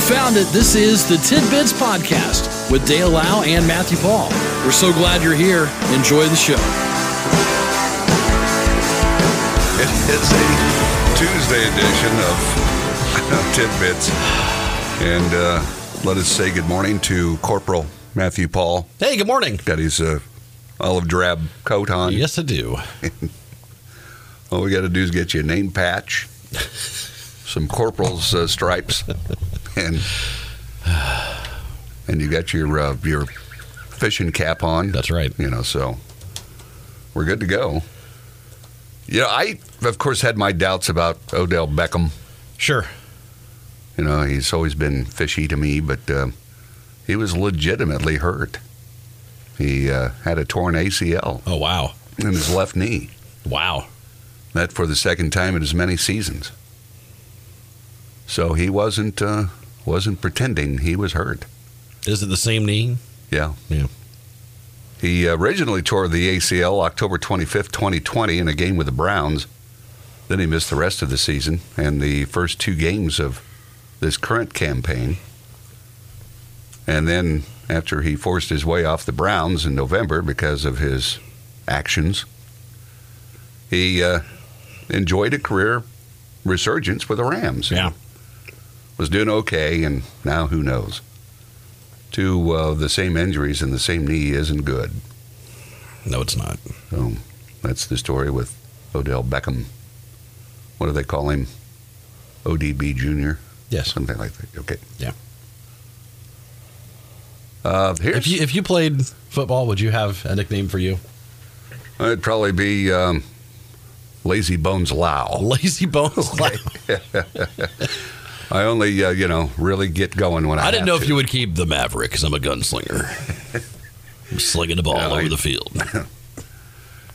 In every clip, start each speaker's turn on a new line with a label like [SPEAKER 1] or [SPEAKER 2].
[SPEAKER 1] found it. This is the Tidbits Podcast with Dale Lau and Matthew Paul. We're so glad you're here. Enjoy the show.
[SPEAKER 2] It is a Tuesday edition of Tidbits. And uh, let us say good morning to Corporal Matthew Paul.
[SPEAKER 3] Hey, good morning.
[SPEAKER 2] Got his uh, olive drab coat on.
[SPEAKER 3] Yes, I do.
[SPEAKER 2] All we got to do is get you a name patch, some corporal's uh, stripes, and and you got your uh, your fishing cap on.
[SPEAKER 3] That's right.
[SPEAKER 2] You know, so we're good to go. You know, I of course had my doubts about Odell Beckham.
[SPEAKER 3] Sure.
[SPEAKER 2] You know, he's always been fishy to me, but uh, he was legitimately hurt. He uh, had a torn ACL
[SPEAKER 3] Oh, wow.
[SPEAKER 2] in his left knee.
[SPEAKER 3] Wow.
[SPEAKER 2] That for the second time in as many seasons. So he wasn't uh, wasn't pretending he was hurt.
[SPEAKER 3] Is it the same knee?
[SPEAKER 2] Yeah.
[SPEAKER 3] Yeah.
[SPEAKER 2] He originally tore the ACL October 25th, 2020, in a game with the Browns. Then he missed the rest of the season and the first two games of this current campaign. And then after he forced his way off the Browns in November because of his actions, he uh, enjoyed a career resurgence with the Rams
[SPEAKER 3] Yeah.
[SPEAKER 2] was doing okay, and now who knows? Two uh, the same injuries and the same knee isn't good.
[SPEAKER 3] No, it's not.
[SPEAKER 2] So that's the story with Odell Beckham. What do they call him? ODB Jr.
[SPEAKER 3] Yes.
[SPEAKER 2] Something like that. Okay.
[SPEAKER 3] Yeah.
[SPEAKER 2] Uh,
[SPEAKER 3] If
[SPEAKER 2] here's
[SPEAKER 3] you if you played football, would you have a nickname for you?
[SPEAKER 2] it'd probably be um, Lazy Bones Lau.
[SPEAKER 3] Lazy Bones.
[SPEAKER 2] I only uh, you know really get going when I.
[SPEAKER 3] I didn't
[SPEAKER 2] have
[SPEAKER 3] know if
[SPEAKER 2] to.
[SPEAKER 3] you would keep the Maverick because I'm a gunslinger. I'm slinging the ball
[SPEAKER 2] Yeah,
[SPEAKER 3] all over
[SPEAKER 2] I-
[SPEAKER 3] the field.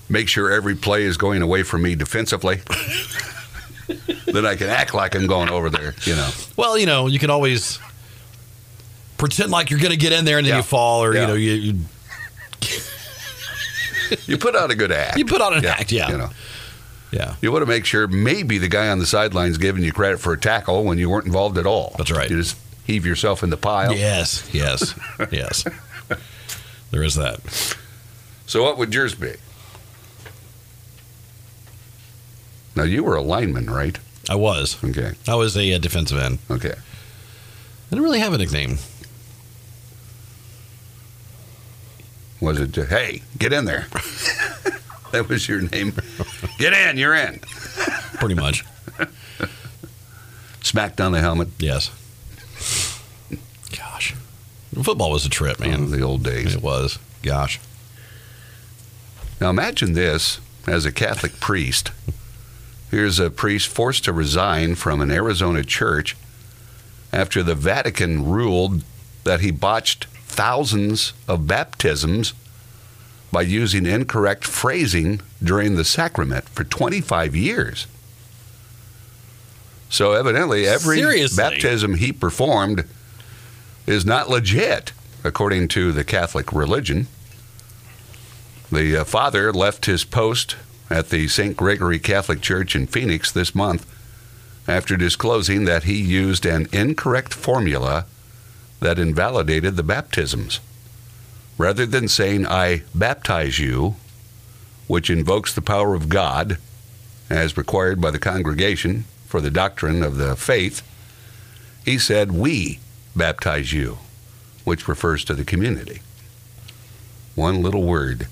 [SPEAKER 2] make sure every play is going away from me defensively. then I can act like I'm going over there, you know.
[SPEAKER 3] Well, you know, you can always pretend like you're going to get in there and then
[SPEAKER 2] Yeah.
[SPEAKER 3] you fall, or
[SPEAKER 2] Yeah.
[SPEAKER 3] you know, you, you
[SPEAKER 2] You put out a good act.
[SPEAKER 3] You put out an act, yeah.
[SPEAKER 2] You know,
[SPEAKER 3] yeah,
[SPEAKER 2] you want to make sure maybe the guy on the sidelines giving you credit for a tackle when you weren't involved at all.
[SPEAKER 3] That's right.
[SPEAKER 2] You just heave yourself in the pile.
[SPEAKER 3] yes, yes, yes. There is that.
[SPEAKER 2] So what would yours be? Now you were a lineman, right?
[SPEAKER 3] I was.
[SPEAKER 2] Okay.
[SPEAKER 3] I was a, uh defensive end.
[SPEAKER 2] Okay.
[SPEAKER 3] I didn't really have a nickname.
[SPEAKER 2] Was it just, hey, get in there? that was your name. Get in, you're in.
[SPEAKER 3] Pretty much.
[SPEAKER 2] Smack down the helmet.
[SPEAKER 3] yes. Gosh. Football was a trip,
[SPEAKER 2] Oh,
[SPEAKER 3] man.
[SPEAKER 2] the old days.
[SPEAKER 3] It was. Gosh.
[SPEAKER 2] Now imagine this as a Catholic priest. Here's a priest forced to resign from an Arizona church after the Vatican ruled that he botched thousands of baptisms by using incorrect phrasing during the sacrament for 25 years. So evidently every
[SPEAKER 3] Seriously?
[SPEAKER 2] baptism he performed is not legit according to the Catholic religion. The uh, father left his post at the St. Gregory Catholic Church in Phoenix this month after disclosing that he used an incorrect formula that invalidated the baptisms. Rather than saying, I baptize you, which invokes the power of God as required by the congregation for the doctrine of the faith, he said, We baptize you, which refers to the community. One little word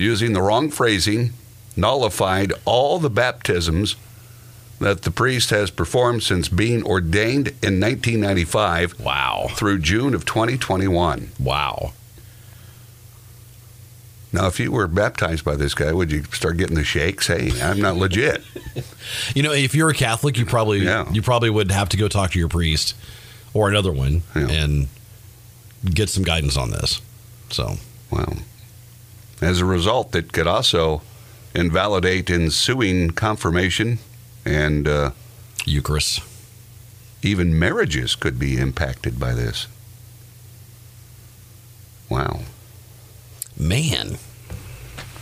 [SPEAKER 2] using the wrong phrasing, nullified all the baptisms that the priest has performed since being ordained in 1995
[SPEAKER 3] Wow.
[SPEAKER 2] through June of 2021.
[SPEAKER 3] Wow.
[SPEAKER 2] Now, if you were baptized by this guy, would you start getting the shakes? Hey, I'm not legit.
[SPEAKER 3] You know, if you're a Catholic, you probably
[SPEAKER 2] Yeah.
[SPEAKER 3] you probably would have to go talk to your priest or another one
[SPEAKER 2] Yeah.
[SPEAKER 3] and get some guidance on this. So
[SPEAKER 2] Well, as a result, it could also invalidate ensuing confirmation, and uh,
[SPEAKER 3] Eucharist.
[SPEAKER 2] even marriages could be impacted by this. Wow.
[SPEAKER 3] Man.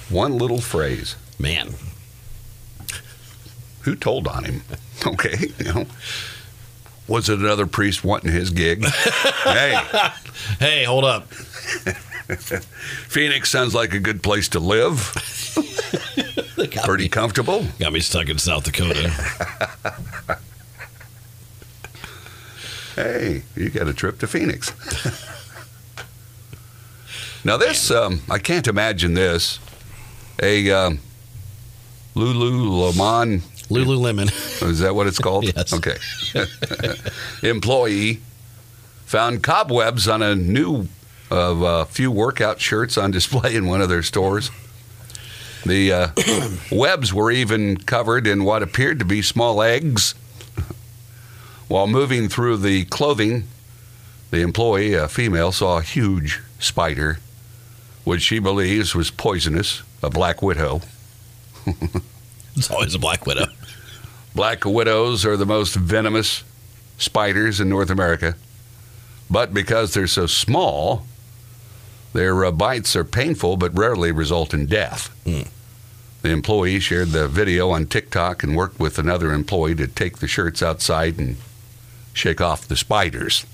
[SPEAKER 2] One little phrase.
[SPEAKER 3] Man.
[SPEAKER 2] who told on him? Okay, you know. Was it another priest wanting his gig? hey,
[SPEAKER 3] Hey, hold up.
[SPEAKER 2] Phoenix sounds like a good place to live. Pretty comfortable.
[SPEAKER 3] Got me stuck in South Dakota.
[SPEAKER 2] Hey, you got a trip to Phoenix. now this, um, I can't imagine this. A um, Lululemon
[SPEAKER 3] Lululemon.
[SPEAKER 2] Is that what it's called?
[SPEAKER 3] Yes.
[SPEAKER 2] Okay. Employee found cobwebs on a new of a few workout shirts on display in one of their stores. The uh, webs were even covered in what appeared to be small eggs. While moving through the clothing, the employee, a female, saw a huge spider, which she believes was poisonous, a black widow.
[SPEAKER 3] It's always a black widow.
[SPEAKER 2] Black widows are the most venomous spiders in North America, but because they're so small, their uh, bites are painful but rarely result in death.
[SPEAKER 3] Hmm.
[SPEAKER 2] The employee shared the video on TikTok and worked with another employee to take the shirts outside and shake off the spiders.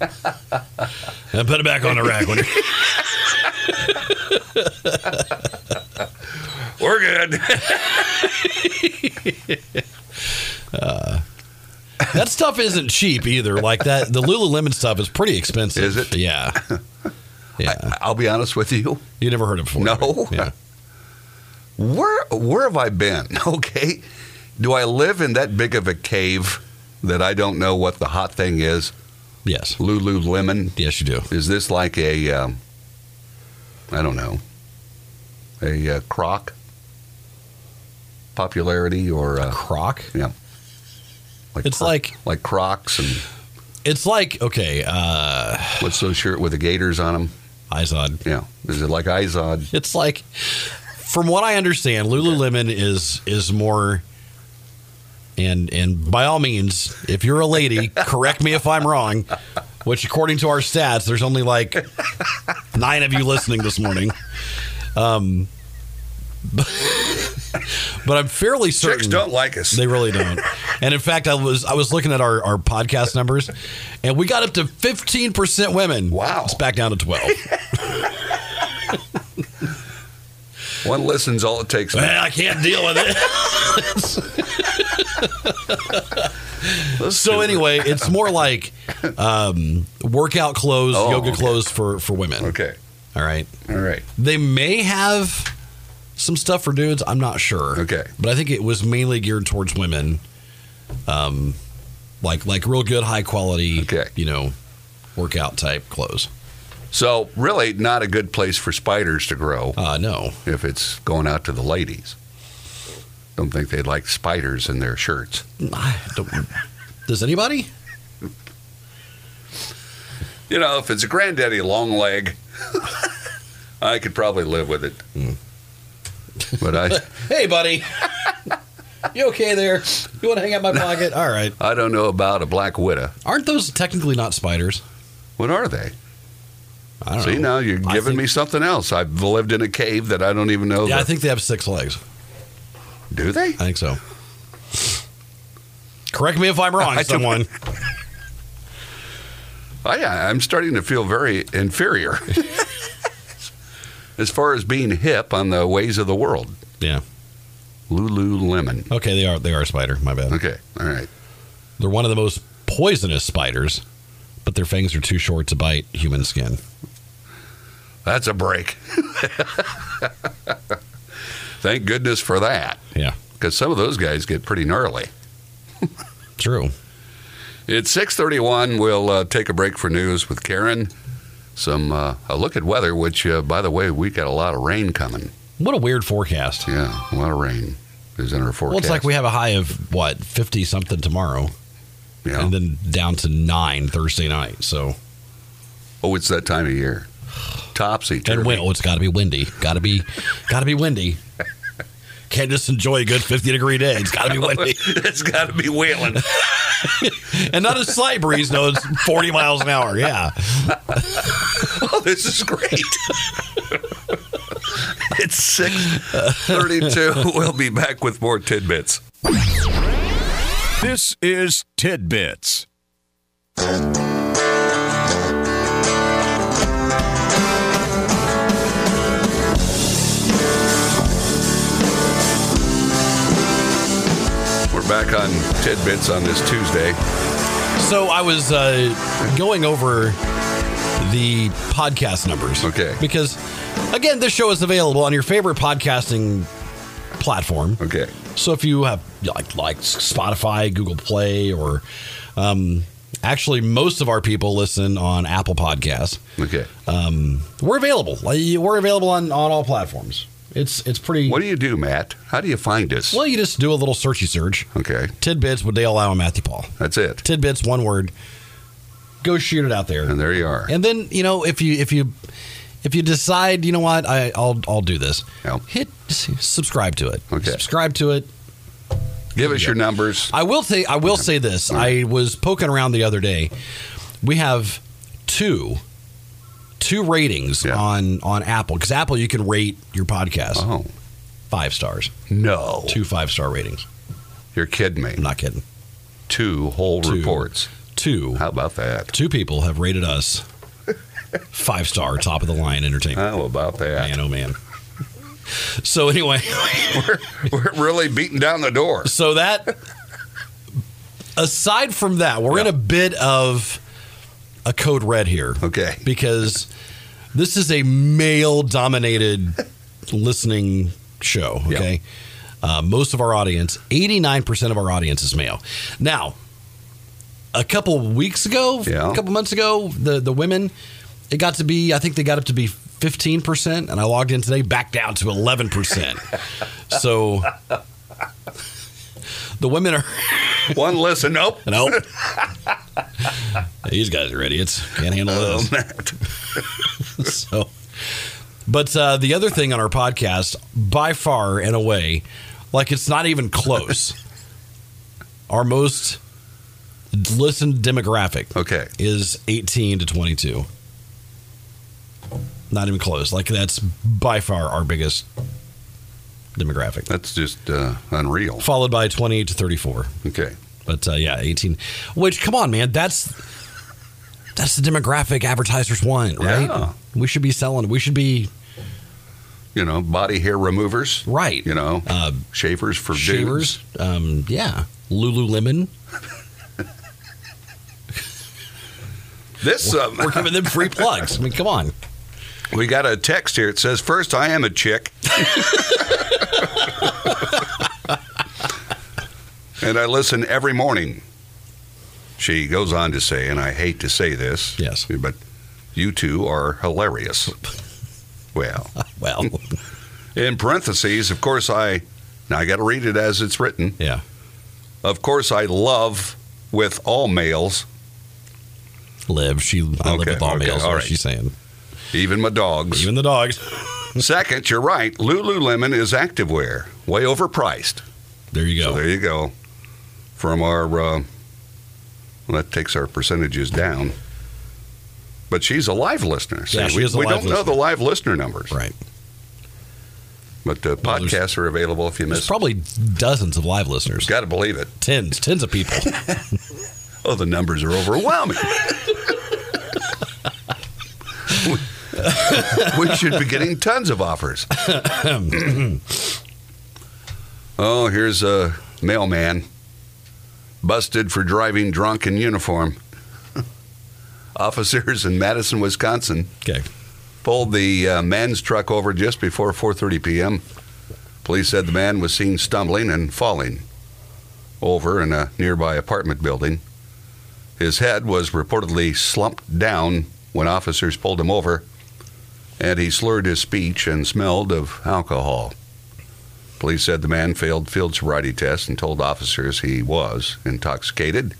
[SPEAKER 3] And Uh, put it back on the rack. When you're-
[SPEAKER 2] We're good.
[SPEAKER 3] that stuff isn't cheap either. Like that, the Lululemon stuff is pretty expensive.
[SPEAKER 2] Is it?
[SPEAKER 3] Yeah. Yeah.
[SPEAKER 2] I'll be honest with you.
[SPEAKER 3] you never heard it before.
[SPEAKER 2] No.
[SPEAKER 3] Yeah.
[SPEAKER 2] Where where have I been? Okay. Do I live in that big of a cave that I don't know what the hot thing is?
[SPEAKER 3] Yes.
[SPEAKER 2] Lululemon.
[SPEAKER 3] Yes, you do.
[SPEAKER 2] Is this like a, um, I don't know, a uh, croc popularity or uh,
[SPEAKER 3] Croc.
[SPEAKER 2] like
[SPEAKER 3] It's
[SPEAKER 2] cro-
[SPEAKER 3] like
[SPEAKER 2] like Crocs and
[SPEAKER 3] it's like okay, uh
[SPEAKER 2] what's those shirt with the gators on them?
[SPEAKER 3] Izod.
[SPEAKER 2] Yeah, is it like Izod?
[SPEAKER 3] It's like from what I understand, Lululemon is is more and and by all means, if you're a lady, correct me if I'm wrong, which according to our stats, there's only like nine of you listening this morning. Um but, but I'm fairly certain
[SPEAKER 2] Chicks don't like us.
[SPEAKER 3] They really don't. And in fact, I was I was looking at our, our podcast numbers, and we got up to fifteen percent women.
[SPEAKER 2] Wow.
[SPEAKER 3] it's back down to twelve.
[SPEAKER 2] One listens, all it takes.
[SPEAKER 3] Man, I can't deal with it. so anyway, it's more like um, workout clothes,
[SPEAKER 2] Oh,
[SPEAKER 3] yoga
[SPEAKER 2] okay.
[SPEAKER 3] clothes for for women.
[SPEAKER 2] Okay,
[SPEAKER 3] All right,
[SPEAKER 2] all right.
[SPEAKER 3] they may have some stuff for dudes. I'm not sure.
[SPEAKER 2] Okay.
[SPEAKER 3] but I think it was mainly geared towards women. Um, like like real good, high quality.
[SPEAKER 2] Okay.
[SPEAKER 3] you know, workout type clothes.
[SPEAKER 2] So really, not a good place for spiders to grow
[SPEAKER 3] Uh, no,
[SPEAKER 2] if it's going out to the ladies. Don't think they'd like spiders in their shirts.
[SPEAKER 3] I don't. Does anybody?
[SPEAKER 2] You know, if it's a granddaddy long leg, I could probably live with it.
[SPEAKER 3] Hmm.
[SPEAKER 2] But I,
[SPEAKER 3] Hey, buddy. You okay there? You want to hang out my pocket? All right.
[SPEAKER 2] I don't know about a black widow.
[SPEAKER 3] Aren't those technically not spiders?
[SPEAKER 2] What are they?
[SPEAKER 3] I don't
[SPEAKER 2] See,
[SPEAKER 3] know.
[SPEAKER 2] now you're
[SPEAKER 3] I
[SPEAKER 2] giving
[SPEAKER 3] think-
[SPEAKER 2] me something else. I've lived in a cave that I don't even know.
[SPEAKER 3] Yeah, I
[SPEAKER 2] that-
[SPEAKER 3] think they have six legs.
[SPEAKER 2] do they?
[SPEAKER 3] I think so. Correct me if I'm wrong,
[SPEAKER 2] I don't-
[SPEAKER 3] someone.
[SPEAKER 2] I, Oh, I'm starting to feel very inferior as far as being hip on the ways of the world.
[SPEAKER 3] Yeah.
[SPEAKER 2] Lululemon.
[SPEAKER 3] Okay, they are they are a spider. My bad.
[SPEAKER 2] Okay, all right.
[SPEAKER 3] They're one of the most poisonous spiders, but their fangs are too short to bite human skin.
[SPEAKER 2] That's a break. Thank goodness for that.
[SPEAKER 3] Yeah.
[SPEAKER 2] because some of those guys get pretty gnarly.
[SPEAKER 3] True.
[SPEAKER 2] It's 6:31. We'll uh, take a break for news with Karen. Some uh, a look at weather, which uh, by the way, we got a lot of rain coming.
[SPEAKER 3] What a weird forecast.
[SPEAKER 2] Yeah, a lot of rain is in our forecast.
[SPEAKER 3] Well, it's like we have a high of what fifty something tomorrow,
[SPEAKER 2] yeah.
[SPEAKER 3] and then down to nine Thursday night. So
[SPEAKER 2] oh, it's that time of year. Topsy
[SPEAKER 3] and
[SPEAKER 2] turvy.
[SPEAKER 3] wind. Oh, it's got to be windy. Got to be, got to be windy. Can't just enjoy a good fifty degree day. It's got to be windy,
[SPEAKER 2] it's got to be wailing.
[SPEAKER 3] and not a slight breeze. No, it's forty miles an hour. Yeah,
[SPEAKER 2] Oh, this is great. it's 6:32. We'll be back with more tidbits.
[SPEAKER 4] This is Tidbits.
[SPEAKER 2] We're back on tidbits on this Tuesday.
[SPEAKER 3] So I was uh, going over the podcast numbers.
[SPEAKER 2] Okay.
[SPEAKER 3] Because, again, this show is available on your favorite podcasting platform.
[SPEAKER 2] Okay.
[SPEAKER 3] So if you have like like Spotify, Google Play, or um, actually most of our people listen on Apple Podcasts.
[SPEAKER 2] Okay.
[SPEAKER 3] Um, we're available. Like, We're available on, on all platforms. It's it's pretty.
[SPEAKER 2] What do you do, Matt? How do you find us?
[SPEAKER 3] well, you just do a little searchy search.
[SPEAKER 2] Okay.
[SPEAKER 3] Tidbits with Dale Lau and Matthew Paul.
[SPEAKER 2] That's it.
[SPEAKER 3] Tidbits, one word. Go shoot it out there.
[SPEAKER 2] And there you are.
[SPEAKER 3] And then you know if you if you if you decide you know what I I'll I'll do this.
[SPEAKER 2] Yeah.
[SPEAKER 3] Hit s- subscribe to it.
[SPEAKER 2] Okay.
[SPEAKER 3] Subscribe to it.
[SPEAKER 2] Give us your numbers.
[SPEAKER 3] I will say I will say this. I was poking around the other day. We have two two ratings
[SPEAKER 2] Yeah.
[SPEAKER 3] on on Apple because Apple you can rate your podcast
[SPEAKER 2] Oh,
[SPEAKER 3] five stars
[SPEAKER 2] no.
[SPEAKER 3] two five star ratings.
[SPEAKER 2] You're kidding me.
[SPEAKER 3] I'm not kidding.
[SPEAKER 2] Two whole
[SPEAKER 3] Two.
[SPEAKER 2] reports.
[SPEAKER 3] Two
[SPEAKER 2] How about that?
[SPEAKER 3] two people have rated us five star top of the line entertainment.
[SPEAKER 2] How about that?
[SPEAKER 3] Man, oh man. So anyway.
[SPEAKER 2] We're really beating down the door.
[SPEAKER 3] So that, aside from that, we're in
[SPEAKER 2] Yeah.
[SPEAKER 3] a bit of a code red here.
[SPEAKER 2] Okay.
[SPEAKER 3] Because this is a male dominated listening show.
[SPEAKER 2] Yeah.
[SPEAKER 3] Okay. Uh, most of our audience, 89% of our audience is male. Now, a couple weeks ago,
[SPEAKER 2] Yeah.
[SPEAKER 3] a couple months ago, the, the women, it got to be, I think they got up to be 15%, and I logged in today, back down to 11%. so the women are.
[SPEAKER 2] One listen. Nope.
[SPEAKER 3] Nope. These guys are idiots. Can't handle
[SPEAKER 2] Oh,
[SPEAKER 3] those.
[SPEAKER 2] Matt.
[SPEAKER 3] so, but uh, the other thing on our podcast, by far and away, like it's not even close. our most listened demographic
[SPEAKER 2] Okay.
[SPEAKER 3] is 18 to 22. Not even close. Like that's by far our biggest demographic,
[SPEAKER 2] That's just uh, unreal.
[SPEAKER 3] followed by 28 to 34.
[SPEAKER 2] Okay.
[SPEAKER 3] But uh, yeah, eighteen. Which come on, man, that's that's the demographic advertisers want, right?
[SPEAKER 2] Yeah.
[SPEAKER 3] We should be selling. We should be
[SPEAKER 2] You know, body hair removers.
[SPEAKER 3] right.
[SPEAKER 2] You know,
[SPEAKER 3] Uh,
[SPEAKER 2] shavers for
[SPEAKER 3] shavers.
[SPEAKER 2] dudes.
[SPEAKER 3] Um, yeah, Lululemon.
[SPEAKER 2] This um,
[SPEAKER 3] We're giving them free plugs. I mean, come on.
[SPEAKER 2] we got a text here. It says, first, I am a chick." and I listen every morning. She goes on to say, and I hate to say this,
[SPEAKER 3] Yes.
[SPEAKER 2] but you two are hilarious. Well,
[SPEAKER 3] Well,
[SPEAKER 2] in parentheses, of course, I now I got to read it as it's written.
[SPEAKER 3] yeah.
[SPEAKER 2] Of course, I love with all males,
[SPEAKER 3] Live. She. I live
[SPEAKER 2] Okay,
[SPEAKER 3] with all
[SPEAKER 2] okay,
[SPEAKER 3] males.
[SPEAKER 2] all
[SPEAKER 3] All right.
[SPEAKER 2] right.
[SPEAKER 3] She's saying.
[SPEAKER 2] even my dogs.
[SPEAKER 3] Even the dogs.
[SPEAKER 2] Second, you're right. Lululemon is activewear, way overpriced.
[SPEAKER 3] There you
[SPEAKER 2] So
[SPEAKER 3] go.
[SPEAKER 2] there you go. From our, uh, well, that takes our percentages down. But she's a live listener. See,
[SPEAKER 3] Yeah, she
[SPEAKER 2] we,
[SPEAKER 3] is a
[SPEAKER 2] we
[SPEAKER 3] live
[SPEAKER 2] don't know the
[SPEAKER 3] listener.
[SPEAKER 2] live listener numbers,
[SPEAKER 3] right.
[SPEAKER 2] but the
[SPEAKER 3] Well, there's-
[SPEAKER 2] podcasts are available if you
[SPEAKER 3] There's
[SPEAKER 2] miss.
[SPEAKER 3] probably dozens of live listeners.
[SPEAKER 2] Got to believe it.
[SPEAKER 3] Tens, tens of people.
[SPEAKER 2] Oh, the numbers are overwhelming. We- we should be getting tons of offers. oh, here's a mailman busted for driving drunk in uniform. Officers in Madison, Wisconsin,
[SPEAKER 3] Okay.
[SPEAKER 2] pulled the uh, man's truck over just before 4:30 p.m. Police said the man was seen stumbling and falling over in a nearby apartment building. His head was reportedly slumped down when officers pulled him over, and he slurred his speech and smelled of alcohol. Police said the man failed field sobriety tests and told officers he was intoxicated.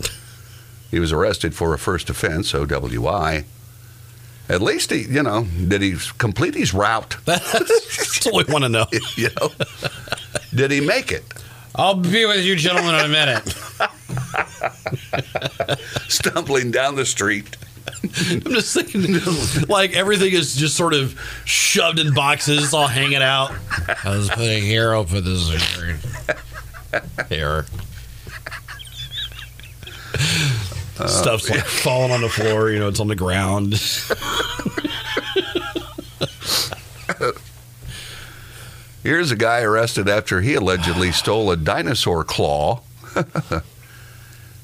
[SPEAKER 2] He was arrested for a first offense, OWI. At least he, you know, did he complete his route?
[SPEAKER 3] That's all we want to know.
[SPEAKER 2] You know, did he make it?
[SPEAKER 3] I'll be with you, gentlemen, in a minute.
[SPEAKER 2] Stumbling down the street.
[SPEAKER 3] I'm just thinking, like everything is just sort of shoved in boxes, it's all hanging out. I was putting here, I'll put this here. Here. Stuff's like falling on the floor. You know, it's on the ground.
[SPEAKER 2] Here's a guy arrested after he allegedly stole a dinosaur claw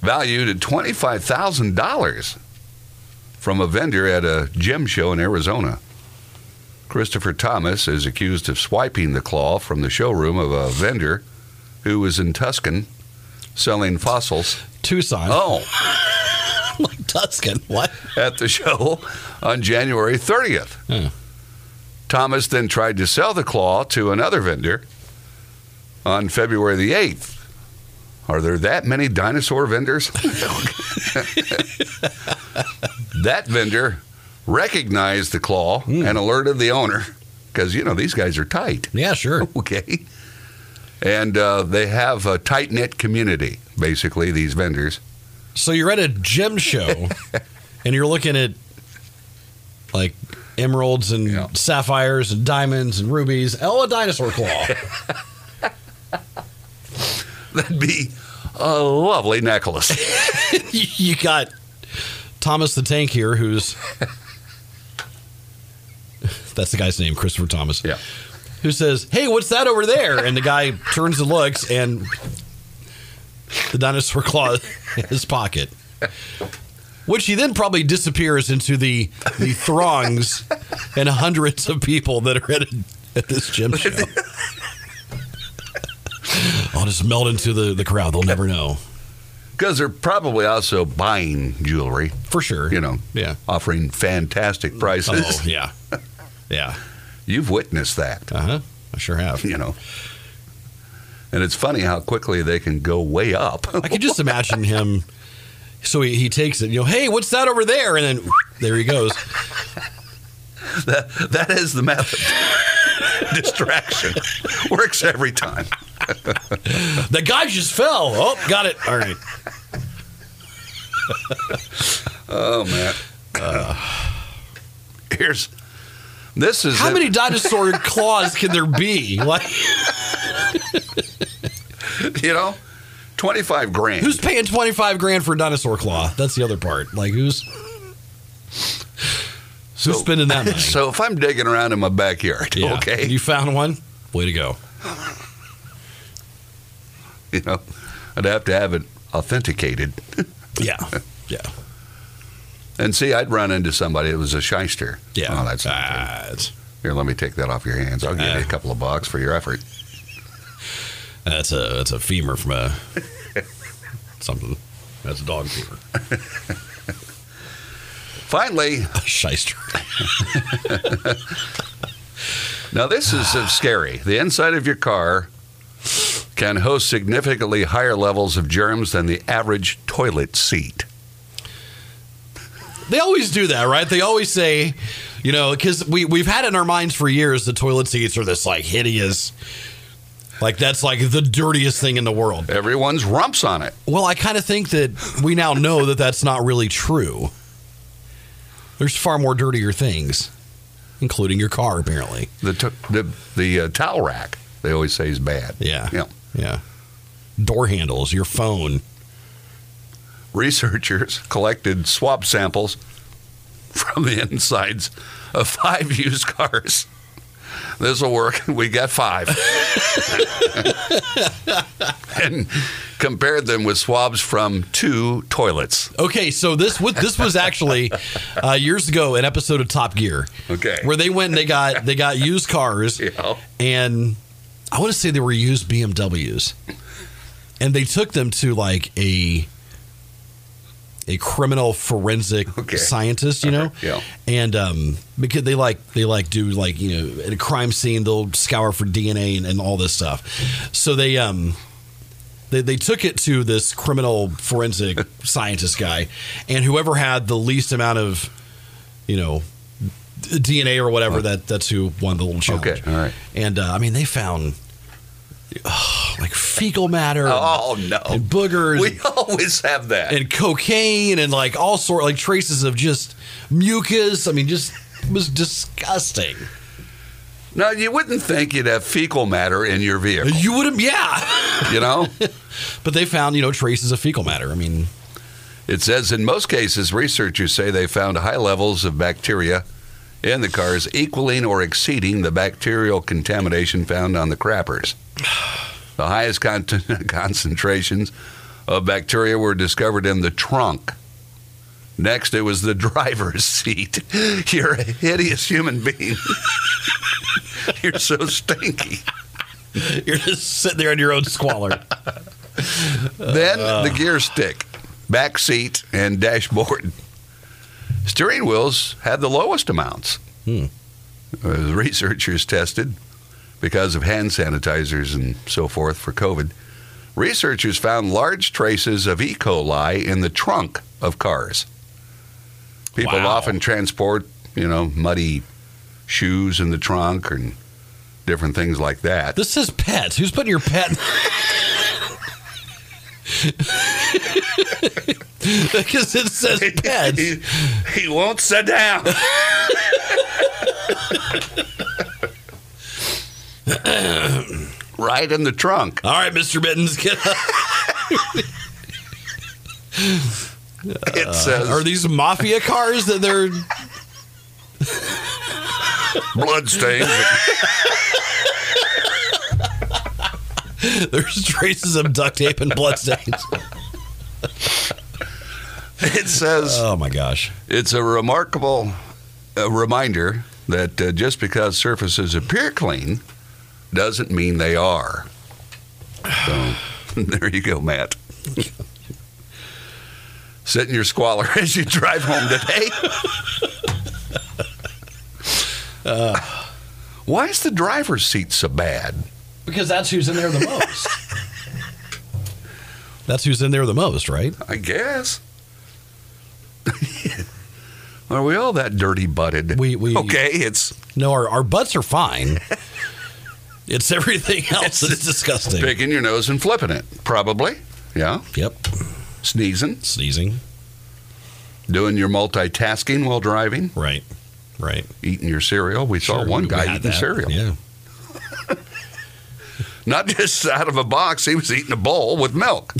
[SPEAKER 2] valued at $25,000 from a vendor at a gym show in Arizona. Christopher Thomas is accused of swiping the claw from the showroom of a vendor who was in Tuscan selling fossils.
[SPEAKER 3] Tucson,
[SPEAKER 2] Oh,
[SPEAKER 3] like Tuscan. What?
[SPEAKER 2] at the show on January 30th.
[SPEAKER 3] Yeah.
[SPEAKER 2] Thomas then tried to sell the claw to another vendor on February the 8th. Are there that many dinosaur vendors? that vendor recognized the claw and alerted the owner because, you know, these guys are tight.
[SPEAKER 3] Yeah, sure.
[SPEAKER 2] Okay. And uh, they have a tight knit community, basically, these vendors.
[SPEAKER 3] So you're at a gym show, and you're looking at like emeralds and
[SPEAKER 2] Yeah.
[SPEAKER 3] sapphires and diamonds and rubies. Oh, a dinosaur claw.
[SPEAKER 2] That'd be a lovely necklace.
[SPEAKER 3] you got Thomas the Tank here, who's that's the guy's name, Christopher Thomas.
[SPEAKER 2] Yeah.
[SPEAKER 3] Who says, "Hey, what's that over there?" And the guy turns and looks, and the dinosaur claw in his pocket, which he then probably disappears into the the throngs and hundreds of people that are at, at this gym show. I'll just melt into the, the crowd. They'll never know
[SPEAKER 2] Because they're probably also buying jewelry,
[SPEAKER 3] for sure.
[SPEAKER 2] you know,
[SPEAKER 3] Yeah.
[SPEAKER 2] offering fantastic prices.
[SPEAKER 3] Oh yeah, yeah.
[SPEAKER 2] You've witnessed that,
[SPEAKER 3] Uh huh. I sure have.
[SPEAKER 2] you know. And it's funny how quickly they can go way up.
[SPEAKER 3] I could just imagine him. So he, he takes it. You know, hey, what's that over there? And then there he goes.
[SPEAKER 2] that, that is the method. Distraction works every time.
[SPEAKER 3] The guy just fell. Oh, got it. All right.
[SPEAKER 2] Oh man. Uh, Here's this is
[SPEAKER 3] How
[SPEAKER 2] a-
[SPEAKER 3] many dinosaur claws can there be? Like,
[SPEAKER 2] you know twenty five grand.
[SPEAKER 3] who's paying twenty five grand for a dinosaur claw? That's the other part. Like, who's who's spending that money?
[SPEAKER 2] So if I'm digging around in my backyard,
[SPEAKER 3] Yeah.
[SPEAKER 2] okay,
[SPEAKER 3] you found one. Way to go.
[SPEAKER 2] you know, I'd have to have it authenticated.
[SPEAKER 3] Yeah, yeah,
[SPEAKER 2] And see, I'd run into somebody that was a shyster.
[SPEAKER 3] yeah.
[SPEAKER 2] Oh, that's
[SPEAKER 3] Ah, it's-
[SPEAKER 2] here. Let me take that off your hands. I'll give you a
[SPEAKER 3] Ah.
[SPEAKER 2] couple of bucks for your effort.
[SPEAKER 3] That's a that's a femur from a something. That's a dog femur.
[SPEAKER 2] Finally,
[SPEAKER 3] A shyster.
[SPEAKER 2] now this is uh, scary. The inside of your car can host significantly higher levels of germs than the average toilet seat.
[SPEAKER 3] They always do that, right? They always say, you know, because we we've had in our minds for years the toilet seats are this like hideous. Like that's like the dirtiest thing in the world.
[SPEAKER 2] Everyone's rumps on it.
[SPEAKER 3] Well, I kind of think that we now know that that's not really true. There's far more dirtier things, including your car, apparently.
[SPEAKER 2] The to- the, the uh, towel rack they always say is bad.
[SPEAKER 3] Yeah.
[SPEAKER 2] Yeah.
[SPEAKER 3] Yeah. Door handles, your phone.
[SPEAKER 2] researchers collected swab samples from the insides of five used cars. This will work. We got five. and compared them with swabs from two toilets.
[SPEAKER 3] Okay, so this what this was actually uh, years ago an episode of Top Gear.
[SPEAKER 2] Okay.
[SPEAKER 3] where they went and they got they got used cars,
[SPEAKER 2] Yeah.
[SPEAKER 3] and I want to say they were used BMWs, and they took them to like a a criminal forensic
[SPEAKER 2] Okay.
[SPEAKER 3] scientist, you know,
[SPEAKER 2] yeah.
[SPEAKER 3] and um, because they like they like do like you know at a crime scene they'll scour for DNA and, and all this stuff, so they um they, they took it to this criminal forensic scientist guy, and whoever had the least amount of, you know, d- DNA or whatever that that's who won the little challenge.
[SPEAKER 2] Okay, all right.
[SPEAKER 3] And uh, I mean, they found ugh, like fecal matter,
[SPEAKER 2] Oh,
[SPEAKER 3] and
[SPEAKER 2] no.
[SPEAKER 3] boogers,
[SPEAKER 2] We always have that.
[SPEAKER 3] and cocaine, and like all sort like traces of just mucus. I mean, just it was disgusting.
[SPEAKER 2] Now, you wouldn't think you'd have fecal matter in your vehicle,
[SPEAKER 3] You would have, yeah.
[SPEAKER 2] you know?
[SPEAKER 3] But they found you know traces of fecal matter. I mean,
[SPEAKER 2] It says in most cases, researchers say they found high levels of bacteria in the cars, equaling or exceeding the bacterial contamination found on the crappers. The highest con- concentrations of bacteria were discovered in the trunk. Next, it was the driver's seat. You're a hideous human being. You're so stinky.
[SPEAKER 3] You're just sitting there in your own squalor.
[SPEAKER 2] Then the gear stick, back seat, and dashboard. Steering wheels had the lowest amounts.
[SPEAKER 3] Hmm.
[SPEAKER 2] Uh, the researchers tested because of hand sanitizers and so forth for COVID. Researchers found large traces of E. coli in the trunk of cars. People
[SPEAKER 3] Wow.
[SPEAKER 2] often transport, you know, muddy shoes in the trunk and different things like that.
[SPEAKER 3] This says pets. Who's putting your pet? Because it says pets.
[SPEAKER 2] he won't sit down. right in the trunk.
[SPEAKER 3] All right, Mr. Bittens, get up.
[SPEAKER 2] It says
[SPEAKER 3] Are these mafia cars that they're.
[SPEAKER 2] blood stains.
[SPEAKER 3] There's traces of duct tape and bloodstains.
[SPEAKER 2] It says
[SPEAKER 3] Oh my gosh.
[SPEAKER 2] it's a remarkable uh, reminder that uh, just because surfaces appear clean doesn't mean they are. So there you go, Matt. Sit in your squalor as you drive home today. Uh, Why is the driver's seat so bad?
[SPEAKER 3] Because that's who's in there the most. that's who's in there the most, right?
[SPEAKER 2] I guess. Are we all that dirty butted?
[SPEAKER 3] We- we-
[SPEAKER 2] okay. It's
[SPEAKER 3] No, our, our butts are fine. It's everything else that's disgusting.
[SPEAKER 2] picking your nose and flipping it, probably. Yeah,
[SPEAKER 3] Yep.
[SPEAKER 2] sneezing,
[SPEAKER 3] Sneezing.
[SPEAKER 2] doing your multitasking while driving,
[SPEAKER 3] Right. Right.
[SPEAKER 2] eating your cereal. We saw one
[SPEAKER 3] we- we
[SPEAKER 2] guy
[SPEAKER 3] had
[SPEAKER 2] eating
[SPEAKER 3] that.
[SPEAKER 2] cereal,
[SPEAKER 3] Yeah.
[SPEAKER 2] not just out of a box. He was eating a bowl with milk,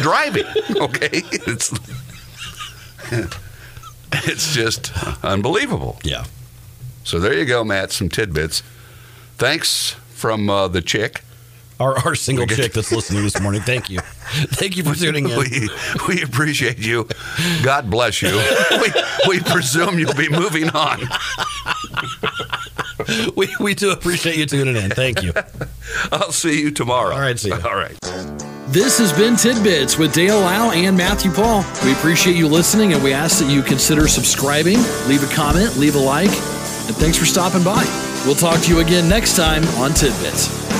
[SPEAKER 2] driving. Okay, it's it's just unbelievable.
[SPEAKER 3] Yeah.
[SPEAKER 2] So there you go, Matt. Some tidbits. Thanks from uh, the chick.
[SPEAKER 3] Our, our single
[SPEAKER 2] We get-
[SPEAKER 3] chick that's listening this morning. Thank you. Thank you for tuning in.
[SPEAKER 2] We, we appreciate you. God bless you. We, we presume you'll be moving on.
[SPEAKER 3] We, we do appreciate you tuning in. Thank you.
[SPEAKER 2] I'll see you tomorrow.
[SPEAKER 3] All right, see ya.
[SPEAKER 2] All right.
[SPEAKER 1] This has been Tidbits with Dale Lau and Matthew Paul. We appreciate you listening and we ask that you consider subscribing, leave a comment, leave a like, and thanks for stopping by. We'll talk to you again next time on Tidbits.